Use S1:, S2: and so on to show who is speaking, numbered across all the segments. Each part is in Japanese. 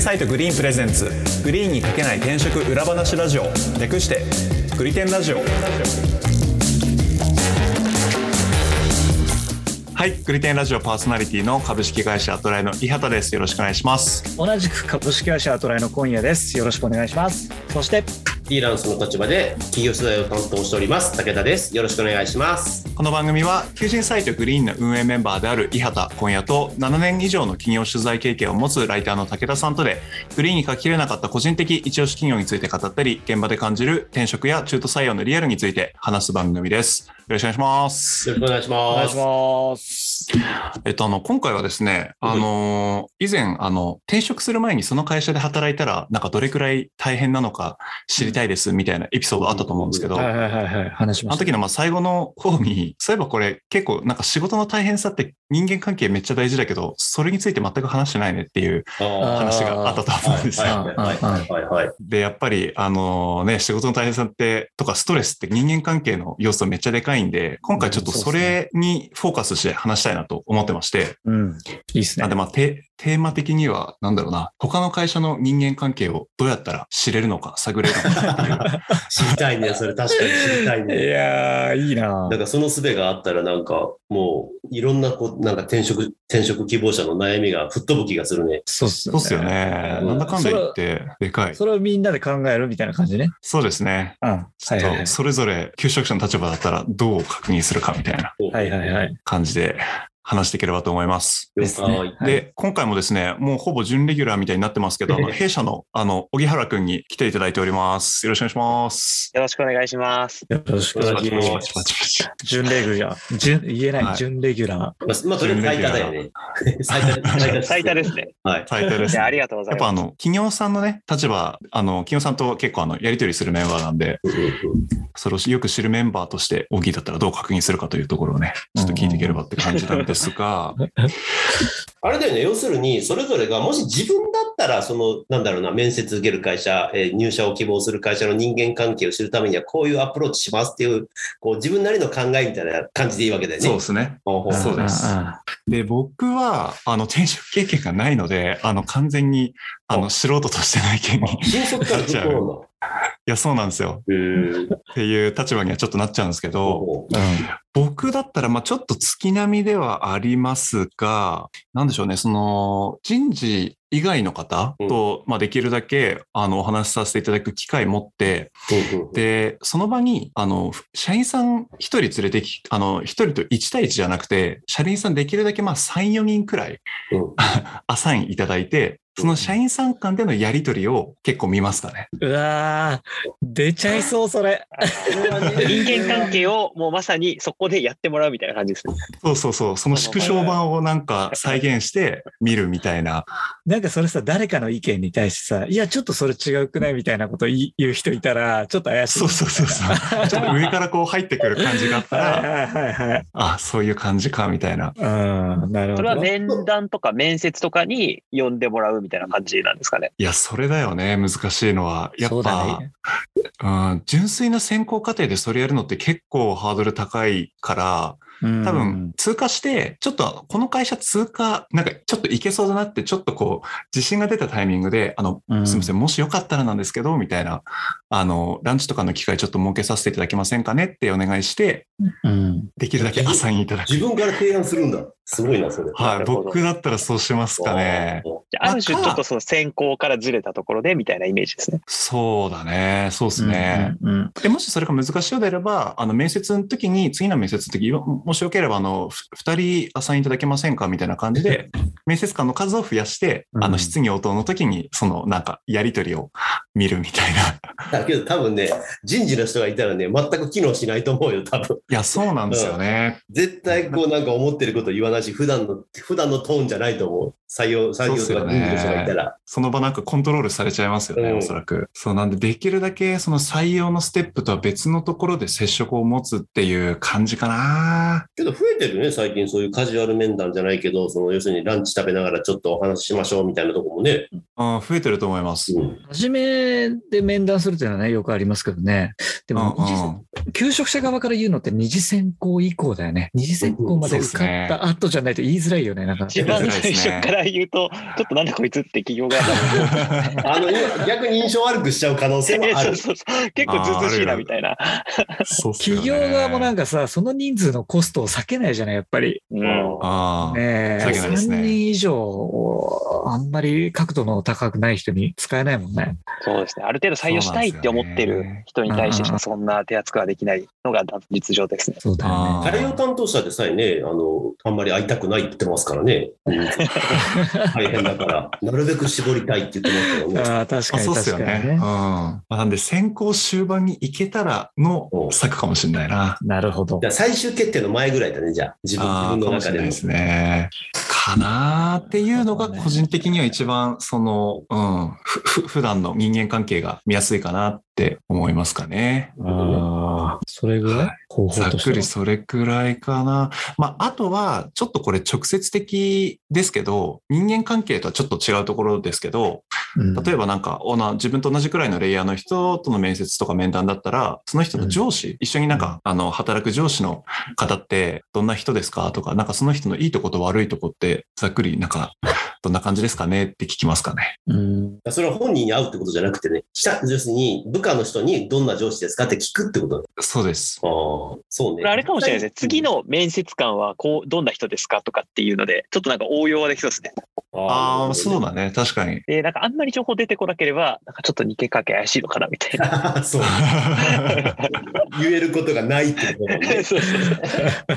S1: サイトグリーンプレゼンツグリーンにかけない転職裏話ラジオ略してグリテンラジオはいグリテンラジオパーソナリティの株式会社アトライの伊畑ですよろしくお願いします
S2: 同じく株式会社アトライの今夜ですよろしくお願いしますそして
S3: フリーランスの立場で企業取材を担当しております武田ですよろしくお願いします
S1: この番組は求人サイトグリーンの運営メンバーである伊畑今夜と7年以上の企業取材経験を持つライターの武田さんとでグリーンに書ききれなかった個人的一押し企業について語ったり現場で感じる転職や中途採用のリアルについて話す番組ですよろしくお願いします
S3: よろしくお願いし
S2: お願
S3: ま
S2: いし
S3: す
S2: ます
S1: えっと、あの、今回はですね、
S3: はい
S1: あの、以前、あの、転職する前にその会社で働いたら、なんかどれくらい大変なのか知りたいですみたいなエピソードあったと思うんですけど、
S2: はい
S1: あ
S2: はいはいはい話しま
S1: の
S2: した
S1: 時のまあ最後の方に、そういえばこれ結構なんか仕事の大変さって人間関係めっちゃ大事だけど、それについて全く話してないねっていう
S3: あ
S1: 話があったと
S3: ー
S1: 思うんですよ。
S3: はいはいはいはいはい
S1: で、やっぱり、あのね、仕事の大変さって、とかストレスって人間関係の要素めっちゃでかいんで、今回ちょっとそれにフォーカスして話したいなと思ってまして、
S2: うんいいです
S1: あ
S2: ね
S1: でまあテテーマ的には、なんだろうな、他の会社の人間関係をどうやったら知れるのか、探れるのか っていう。
S3: 知りたいねそれ確かに知りたい
S2: い
S3: ね
S2: やーいいな
S3: なんかその術があったらなんかもういろんなこうなんか転職転職希望者の悩みが吹っ飛ぶ気がするね
S2: そうっす
S1: そうっすよね。
S3: うん
S1: なんだかんだ言って、でかい。
S2: それをみんなで考えるみたいな感じね
S1: そうですね。
S2: うんは
S1: ちょっ
S2: いはいはい
S1: とそれぞれ求職者の立場だったらどう確認するかみたいな
S2: はいはいはい
S1: 感じで話していければと思います。
S2: ですね
S3: はい
S2: はい
S1: で、今回もですね、もうほぼ準レギュラーみたいになってますけど、あの弊社の、あの、荻原くんに来ていただいております。よろしくお願いします。
S4: よろしくお願いします。
S2: よろしく
S3: お願いしま
S1: パチ
S3: す
S1: パチパチパチ
S2: 準レギュラー準言えな
S1: はい
S2: い準レギュラ
S3: まあ、まあ、とりあえず最多だよね。 最多、最多
S4: 最多ですね。
S3: はい。
S1: タイトルです
S4: い
S1: ね
S4: やありがとうござ
S1: やっ
S4: い
S1: ぱ
S4: ま
S1: あ
S4: す。
S1: の、企業さんのね、立場、あの、企業さんと結構あの、やり取りするメンバーなんで、それをよく知るメンバーとして、オギーだったらどう確認するかというところをね、ちょっと聞いていければって感じなんですが、
S3: あれだよね、要するに、それぞれが、もし自分だったら、その、なんだろうな、面接受ける会社、えー入社を希望する会社の人間関係を知るためには、こういうアプローチしますっていう、こう、自分なりの考えみたいな感じでいいわけだよね。
S1: そうですね。
S3: ほうほう
S2: ー
S1: そうです
S2: んんん
S1: で、僕は、あの、転職経験がないので、あの、完全に、あの、素人としての意見に、い
S3: 新卒からずっとな んだ。
S1: や、そうなんですよ。
S3: うーん。
S1: っていう立場にはちょっとなっちゃうんですけど、
S3: ほ
S1: 僕だったら、まあちょっと月並みではありますが、なんでしょうね、その、人事以外の方と、まあできるだけ、あの、お話しさせていただく機会持って、
S3: うほう
S1: で、その場に、あの、社員さん一人連れてき、あの、一人と1対1じゃなくて、社員さんできるだけ、まあ3、4人くらい、
S3: うん
S1: アサインいただいて、その社員さん間でのやりとりを結構見ますかね。
S2: うわー出ちゃいそうそれ
S4: 人間関係をもうまさにそこでやってもらうみたいな感じですね。
S1: そうそうそう、その縮小版をなんか再現して見るみたいな。
S2: なんかそれさ、誰かの意見に対してさ、いや、ちょっとそれ違うくないみたいなこと言い言う人いたら、ちょっと怪しい
S1: そうそうそうそう。ちょっと上からこう入ってくる感じがあった
S2: はい
S1: ら、
S2: はいはいはい。
S1: あ、そういう感じか、みたいな。
S2: うん、なる
S4: そ
S2: ほ
S4: れは
S2: ど。
S4: 面談とか面接とかに呼んでもらうみたいな感じなんですかね。
S1: いや、それだよね、難しいのは。や
S2: そ
S1: っ
S2: うだ
S1: ぱ、
S2: ね。
S1: うん、純粋な選考過程でそれやるのって結構ハードル高いから、
S2: うん
S1: 多分、通過して、ちょっとこの会社通過、なんかちょっといけそうだなって、ちょっとこう、自信が出たタイミングで、あの、
S2: うん
S1: すみません、もしよかったらなんですけど、みたいな、あの、ランチとかの機会ちょっと設けさせていただけませんかねってお願いして、
S2: うん。
S1: できるだけアサインいただく。
S3: 自分から提案するんだ。すごいな、それ。
S1: は、
S4: ないるほど
S1: 僕だったらそうしますかね。
S4: じゃあある種ちょっとその選考からずれたところでみたいなイメージですね。
S1: そうだね。そうですね、
S2: うん。うん
S1: で。もしそれが難しいようであれば、あの、面接の時に、次の面接の時、ももしよければ、あの、ふ二人アサインいただけませんかみたいな感じで、面接官の数を増やして、あ
S2: う
S1: の、
S2: ん
S1: 質疑応答の時に、その、なんか、やりとりを見るみた いな。
S3: だけど多分ね、人事の人がいたらね、全く機能しないと思うよ、多分。
S1: いや、そうなんですよね。
S3: 絶対こうなんか思ってること言わないし、普段の、普段のトーンじゃないと思う。採用、採用
S1: そうっす
S3: と
S1: よ
S3: か
S1: ね
S3: 人事の人がいたら。
S1: その場なんかコントロールされちゃいますよね、
S3: うん
S1: おそらく。そう、なんで、できるだけ、その採用のステップとは別のところで接触を持つっていう感じかな。
S3: けど増えてるね、最近そういうカジュアル面談じゃないけど、その要するにランチ食べながらちょっとお話ししましょうみたいなとこもね。
S1: うん、増えてると思います。
S3: うん
S2: 初めで面談するっていうのはね、よくありますけどね。でも、
S1: うんうん
S2: 求職者側から言うのって二次選考以降だよね。二次選考まで受かった後じゃないと言いづらいよね、なんか。
S4: 一番最初から言うと、ちょっとなんだこいつって企業が。
S3: あの今逆に印象悪くしちゃう可能性もあ
S4: そ
S3: る
S4: う。そうそう結構ずうずうしいなみたいな。
S1: そうっすよね
S2: 企業側もなんかさ、その人数のコストを避けないじゃない、やっぱり。
S4: うん
S1: ああ、
S2: ねえ、
S1: 避けないですね
S2: 3人以上、あんまり角度の高くない人に使えないもんね。
S4: そうですね。ある程度採用したいって思ってる人に対してしかそんな手厚くはできないのが実情ですね。
S2: そうだよ
S1: あ
S2: ね。
S3: カレーを担当者でさえね、あの、あんまり会いたくないって言ってますからね。 大変だから、なるべく絞りたいって言ってますからね。
S2: ああ、確
S1: あ
S2: かに
S1: そうっ
S2: 確
S1: すよ
S2: かに
S1: ね。
S2: ね
S1: うん。。まあなんで、選考終盤に行けたらの策かもしれないな。
S2: なるほど
S3: じゃ。あ最終決定の前ぐらいだね、じゃあ、自分
S1: あ
S3: 自
S1: あ
S3: 分
S1: か
S3: の
S1: もし
S3: 中
S1: れ
S3: で
S1: ない
S3: の。
S1: ですね。かなーっていうのが個人的には一番その、うん、ふふ普段の人間関係が見やすいかなって思いますかね。
S2: ああ、それぐらい方
S1: ざ
S2: 法
S1: っ
S2: として
S1: く
S2: は
S1: りそれくらいかな。まあ、あとは、ちょっとこれ直接的ですけど、人間関係とはちょっと違うところですけど、
S2: うん
S1: 例えばなんか、おな自分と同じくらいのレイヤーの人との面接とか面談だったら、その人の上司、一緒になんか、あの、働く上司の方って、どんな人ですかとか、なんかその人のいいとこと悪いとこって、ざっくりなんか、どんな感じですかねって聞きますかね。
S2: うん
S3: それは本人に会うってことじゃなくてね、下、要するに部下の人にどんな上司ですかって聞くってこと
S1: そうです。
S3: ああ、そう
S4: こ
S3: ね。
S4: れあれかもしれないですね。次。の面接官はこう、どんな人ですかとかっていうので、ちょっとなんか応用はできそうですね。
S1: ああー、そう
S3: う。
S1: だね。確 かに。
S4: で、なんかあんまり情報出てこなければ、なんかちょっと似てかけ怪しいのかなみたい な。
S3: そう。言えることがないってことだもんね。
S4: そうそうそう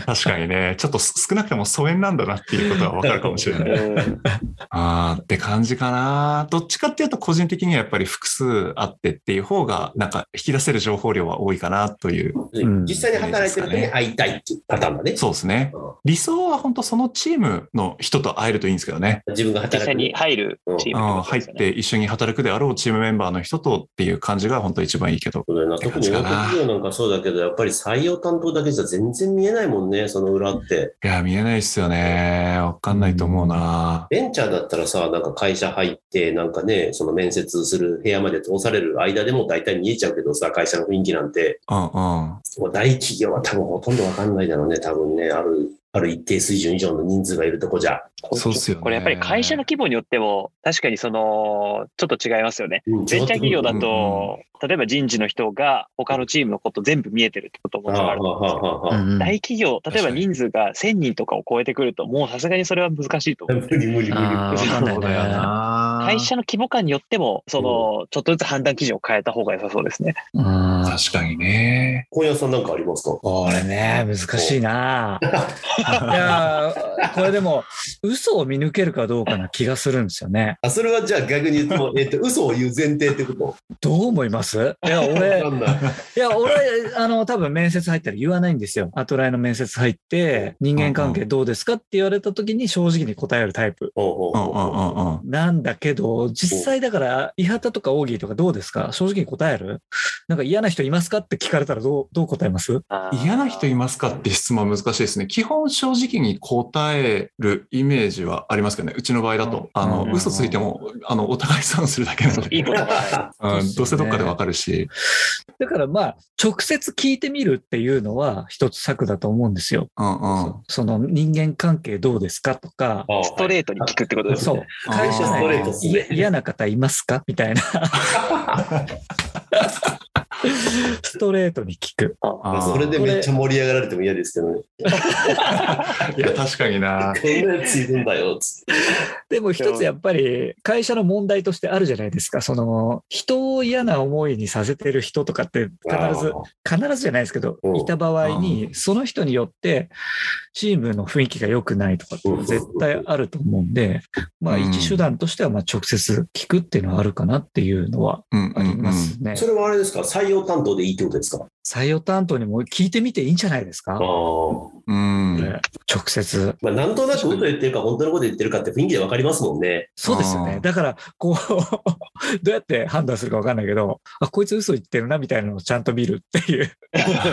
S1: 確かにね。ちょっと少なくとも疎遠なんだなっていうことはわかるかもしれない。
S4: うん
S1: あーって感じかな。どっちかっていうと個人的にはやっぱり複数あってっていう方がなんか引き出せる情報量は多いかなという。
S2: うん
S3: 実際に働いてる人に会いたいっていうパターンだね。
S1: そうですね。理想は本当そのチームの人と会えるといいんですけどね。
S3: 自分が
S4: 実
S3: 働く。
S4: 際に入るチー
S1: う
S4: ム
S1: ん、
S4: こと
S1: 入っ
S4: ですよね
S1: て一緒に働くであろうチームメンバーの人とっていう感じが本当一番いいけど。
S3: そうだよな特に大手企業なんかそうだけど、やっぱり採用担当だけじゃ全然見えないもんね、その裏って。
S1: いや、見えないっすよね。わかんないと思うな。
S3: ベンチャーだったらさ、なんか会社入って、なんかね、その面接する部屋まで通される間でも大体見えちゃうけどさ、会社の雰囲気なんて、
S1: うんうん。
S3: もう大企業は多分ほとんどわかんないだろうね、多分ね、ある、ある一定水準以上の人数がいるとこじゃ。
S1: そうっすよね。
S4: これやっぱり会社の規模によっても、確かにその、ちょっと違いますよね。
S3: ベン
S4: ベンチャー企業だ
S1: うん
S4: と、例えば人事の人が他のチームのこと全部見えてるってことも
S3: は
S4: 多々あ
S3: あ
S4: ると
S3: は
S4: 思うんです
S3: あはあは
S4: よ
S3: あ
S2: うん
S4: 大企業、例えば人数が1000人とかを超えてくると、もうさすがにそれは難しいと思う。
S3: 無理無理無理。
S2: あーわかんない
S1: そうだよな。
S4: 会社の規模感によっても、その、ちょっとずつ判断基準を変えた方が良さそうですね。
S2: あ
S1: 確かにね。
S3: 今夜さんなんかありますか
S2: これね、難しいな。 いやー、これでも、嘘を見抜けるかどうかな気がするんですよね。
S3: あ、それはじゃあ逆に言うと、えっと、嘘を言う前提ってこと
S2: どう思いますいや、 俺、
S3: わかんない
S2: いや、俺、あの、多分面接入ったら言わないんですよ。アトライの面接入って、人間関係どうですかって言われた時に正直に答えるタイプ。
S3: ほう
S1: う
S3: ほ
S1: んう
S3: う
S1: ん
S3: ほう
S1: うんうん。
S2: なんだけど、実際だから、イハタとかオーギーとかどうですか正直に答えるなんか嫌な人いますかって聞かれたらどう、どう答えます
S1: 嫌な人いますかって質問は難しいですね。基本正直に答えるイメージはありますけどね。うちの場合だと。あ
S2: う
S1: の
S2: ん、
S1: 嘘ついても、あの、お互い損するだけなの
S4: いい
S1: で。
S4: ことがない。
S1: うん、どうせどっかでわかるし。
S2: だからまあ、直接聞いてみるっていうのは一つ策だと思うんですよ。
S1: うんうん。
S2: その人間関係どうですかとか、
S3: ああ
S4: ストレートに聞くってことです
S2: そう。会社
S1: あーストレー
S2: 内
S1: ト
S3: っすね
S2: でい嫌な方いますかみたいな。ストレートに聞く。
S1: あー
S3: それでめっちゃ盛り上がられても嫌ですけどね。
S1: いや、確かにな。
S3: こんなやついるんだよ、つって。
S2: でも一つやっぱり会社の問題としてあるじゃないですか。その人を嫌な思いにさせてる人とかって必ず、必ずじゃないですけど
S3: う、ん
S2: いた場合に、その人によってチームの雰囲気が良くないとかっていうのは絶対あると思うんで、まあ
S1: うん
S2: 一手段としてはまあ直接聞くっていうのはあるかなっていうのは
S1: うんう
S2: あ
S1: んう
S2: りま
S1: ん。
S2: すね。
S3: それはあれですか採用担当でいいってことですか
S2: 採用担当にも聞いてみていいんじゃないです
S3: あ
S2: か
S3: あ
S2: こ
S1: うん。
S2: れ直接。
S3: まあ、なんとなくこと言ってるか、本当のこと言ってるかって雰囲気でわかりますもんね。
S2: そうですよ
S1: あ
S2: ね。
S1: ー
S2: だから、こう、 どうやって判断するか分かんないけど、あ、こいつ嘘言ってるなみたいなのをちゃんと見るっていう。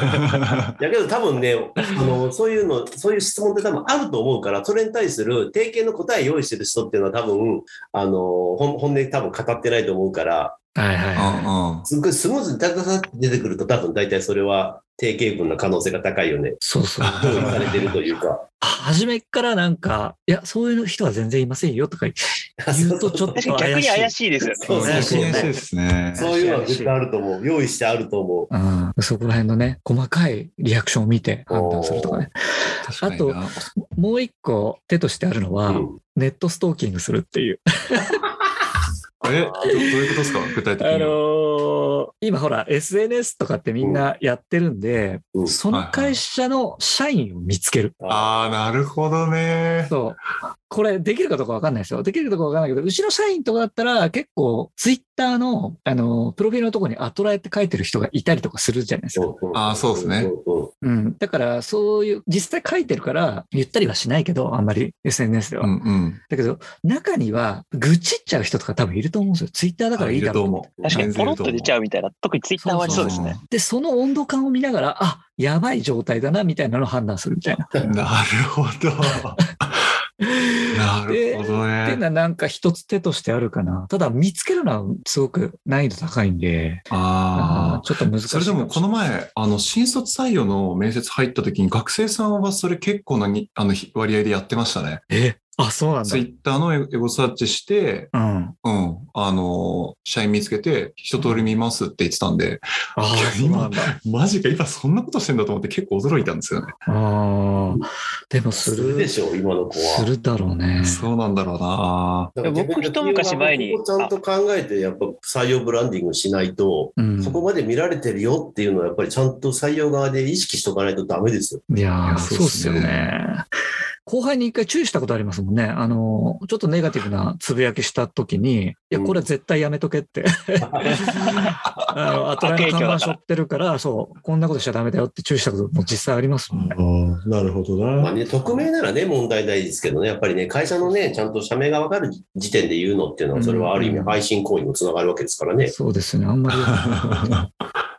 S3: だけど多分ね、あの、そういうの、そういう質問って多分あると思うから、それに対する定型の答え用意してる人っていうのは多分、あの、本本音多分語ってないと思うから、
S2: はいはいはい。
S1: うんうん。
S3: すっごいスムーズにダダダって出てくると、多分大体それは定型文の可能性が高いよね。
S2: そうそう。
S3: 同意されてるという か。
S2: 初めっからなんか、いや、そういう人は全然いませんよとか言うとちょっと
S4: 確かに逆
S2: 怪
S4: に
S2: しい
S4: 怪。しいですよね。
S3: そうそう
S1: 怪しい
S3: そう
S1: 怪しいですね。
S3: そういうのは絶対あると思う。用意してあると思
S2: うん、そこら辺のね、細かいリアクションを見て判断するとかね。
S1: 確かにな
S2: もう一個手としてあるの
S3: う。
S2: は、
S3: うん
S2: ネットストーキングするっていう。
S1: え、どどういうことですか具体的
S2: あ
S1: には。
S2: のー今ほら、SNS とかってみんなやってるんで、
S3: うん
S2: その会社の社員を見つける。
S1: ああ、なるほどね。
S2: そう。これ、できるかどうかわかんないですよ。できるかどうかわかんないけど、うちの社員とかだったら、結構、ツイッターの、あの、プロフィールのとこにアトラエって書いてる人がいたりとかするじゃないですか。
S1: あーそうですね。
S3: うんうん
S2: うん。だから、そういう、実際書いてるから、言ったりはしないけど、あんまり SNS では。
S1: うんうん。
S2: だけど、中には、愚痴っちゃう人とか多分いると思うんですよ。ツイッターだからいいだろう。
S1: 思う。
S4: 確かにポロッと出ちゃ
S1: う。
S4: うみたいな、特にツイッターはありそうですね。
S2: で、その温度感を見ながら、あ、やばい状態だな、みたいなのを判断するみたいな。
S1: なるほど。なるほど
S2: っていうの
S1: ね。
S2: はなんか一つ手としてあるかな。ただ見つけるのはすごく難易度高いんで、あ
S1: あ
S2: ーちょっと難
S1: あ。
S2: しい。
S1: それでもこの、前、あの、新卒採用の面接入った時に学生さんはそれ結構なにあのひ割合でやってましたね。
S2: え、あ、そうなんだ
S1: ツイ。ッターのエゴエゴサーチして、
S2: うん。
S1: うん、あの、社員見つけて、一通り見ますって言ってたんで、
S2: ああ、そうなんだ。
S1: マジか、今そんなことしてんだと思って結構驚いたんですよね。
S2: ああ、でもす
S3: する
S2: る
S3: で、しょう、今の子は。
S2: するだろうね。
S1: そうなんだろうな。
S3: だから
S4: 僕一昔前に
S3: そこをちゃんと考えて、やっぱ採用ブランディングしないと、
S2: うん、
S3: そこまで見られてるよっていうのは、やっぱりちゃんと採用側で意識しとかないとダメですよ。
S2: い
S1: い
S2: やー
S1: や
S2: そうっすよ
S1: そうっす
S2: ね。後輩に一回注意したことありますもんね。あの、ちょっとネガティブなつぶやきしたときに、いや、
S3: うん
S2: これは絶対やめとけって。あの、後
S4: 悪
S2: で
S4: 影響だ
S2: 看
S4: から
S2: 板背負ってるから、そう、こんなことしちゃダメだよって注意したことも実際ありますもんね。
S1: なるほど
S3: まあ
S1: な。
S3: ね、匿名ならね、問題ないですけどね、やっぱりね、会社のね、ちゃんと社名が分かる時点で言うのっていうのは、それはある意味、
S2: うん
S3: 配信行為にもつながるわけですからね。
S2: そうですね。あんまり。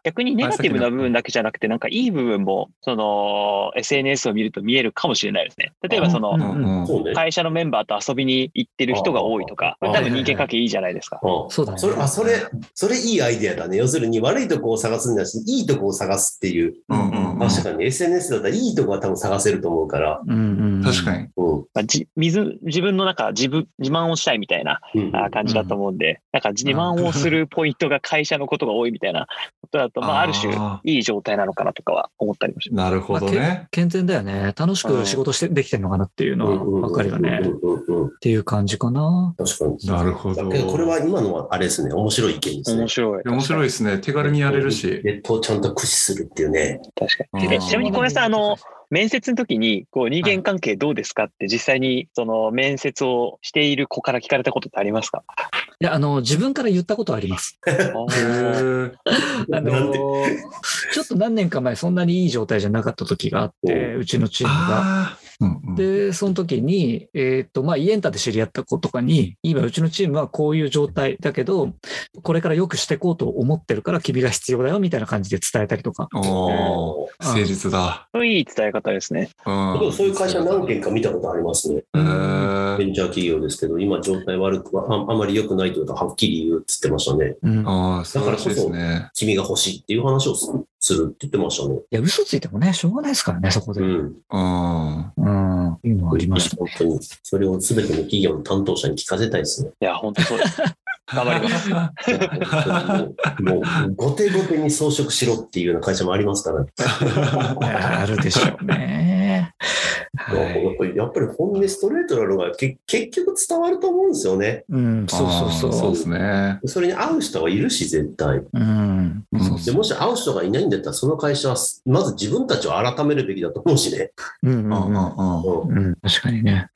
S4: 逆にネガティブな部分だけじゃなくて、なんかいい部分も、その、SNS を見ると見えるかもしれないですね。例えば、その
S2: う、
S1: うん
S2: ん
S1: うん
S3: そうね。
S4: 会社のメンバーと遊びに行ってる人が多いとか、
S3: あ
S4: こ
S3: ー
S4: れ多分人間関係いいじゃないですか。
S3: うん
S2: そうだね
S3: それあそれ、それいいアイデアだね。要するに悪いとこを探すんだし、いいとこを探すっていう。
S1: うんうんうん
S3: 確かに SNS だったらいいとこは多分探せると思うから。
S2: うんうん。
S1: 確かに。
S3: うん。
S4: まあじ水自分の中自分、自慢をしたいみたいな
S3: うん
S4: あー感じだと思うんで、なんか自慢をするポイントが会社のことが多いみたいなことだと、まあ、ある種、
S1: あ
S4: いい状態なのかなとかは思ったりもし
S1: ーなるほどね。
S2: 健全だよね。楽しく仕事してできてるのかなっていうのはばっかりがね。
S3: う
S2: っ
S3: んうんうんうん
S2: ていう感じかな。
S3: 確かに。
S1: なるほど
S3: だけどこれは今のはあれですね、面白い意見ですね。
S4: 面白い。
S1: 面白いですね。手軽にやれるし。
S3: ネットをちゃんと駆使するっていうね。
S4: 確か
S1: う
S4: に。
S1: ん
S4: えちなみに小林さん、あの、、面接の時に、こう、人間関係どうですかって、実際に、その、面接をしている子から聞かれたことってありますか
S2: いや、あの、自分から言ったことはあります。
S1: へー
S2: あの
S3: なんて
S2: ーちょっと何年か前、そんなにいい状態じゃなかった時があって、うちのチームが。
S1: あーうんうん
S2: で、その時に、えーっと、まあ、イエンタで知り合った子とかに、今、うちのチームはこういう状態だけど、これから良くしていこうと思ってるから、君が必要だよ、みたいな感じで伝えたりとか。
S1: おお、
S2: うん
S1: 誠実だ。
S4: そういい伝え方ですね。
S1: うん
S3: でもそういう会社何件か見たことありますね。
S1: え
S3: ベ
S1: ー
S3: ンチャー企業ですけど、今状態悪くは、ああまり良くないということははっきり言うって言ってましたね。
S2: うん、い
S1: あー素晴らしいですね。
S3: 君が欲しいっていう話をするするって言ってましたね。
S2: や、嘘ついてもね、しょうがないですからね、そこで。
S3: う
S2: うん、
S3: ん。
S1: うん。
S2: っていうのはありました。
S3: 本当に。それを全ての企業の担当者に聞かせたいです ね。
S4: いや、本当そうです。頑張りま
S3: もう、
S4: す。
S3: もう後手後手に装飾しろっていうような会社もありますから、
S2: いやあるでしょうね。はい。
S3: やっぱり本音ストレートなのがけ結局伝わると思うんですよね。
S2: うん、そうそう
S1: あーそ
S2: そうう。
S1: ですね。
S3: それに合う人はいるし、絶対。
S2: うん。
S1: うん
S2: そう
S3: で
S2: そう
S3: もし合う人がいないんだったら、その会社はすまず自分たちを改めるべきだと思うしね。
S2: うん
S1: う
S2: うん
S1: うん
S2: ん
S1: うん
S3: うん
S2: うん。うん、確かにね。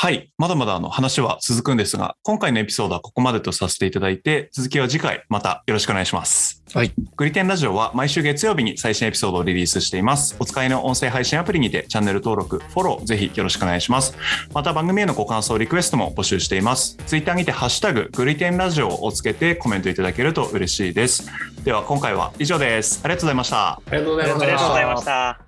S1: はい。まだまだあの話は続くんですが、今回のエピソードはここまでとさせていただいて、続きは次回またよろしくお願いします。
S2: はい。
S1: グリテンラジオは毎週月曜日に最新エピソードをリリースしています。お使いの音声配信アプリにてチャンネル登録、フォローぜひよろしくお願いします。また番組へのご感想、リクエストも募集しています。ツイッターにてハッシュタグ、グリテンラジオをつけてコメントいただけると嬉しいです。では今回は以上です。ありがとうございました。
S3: ありがとうご
S4: ありがとうございました。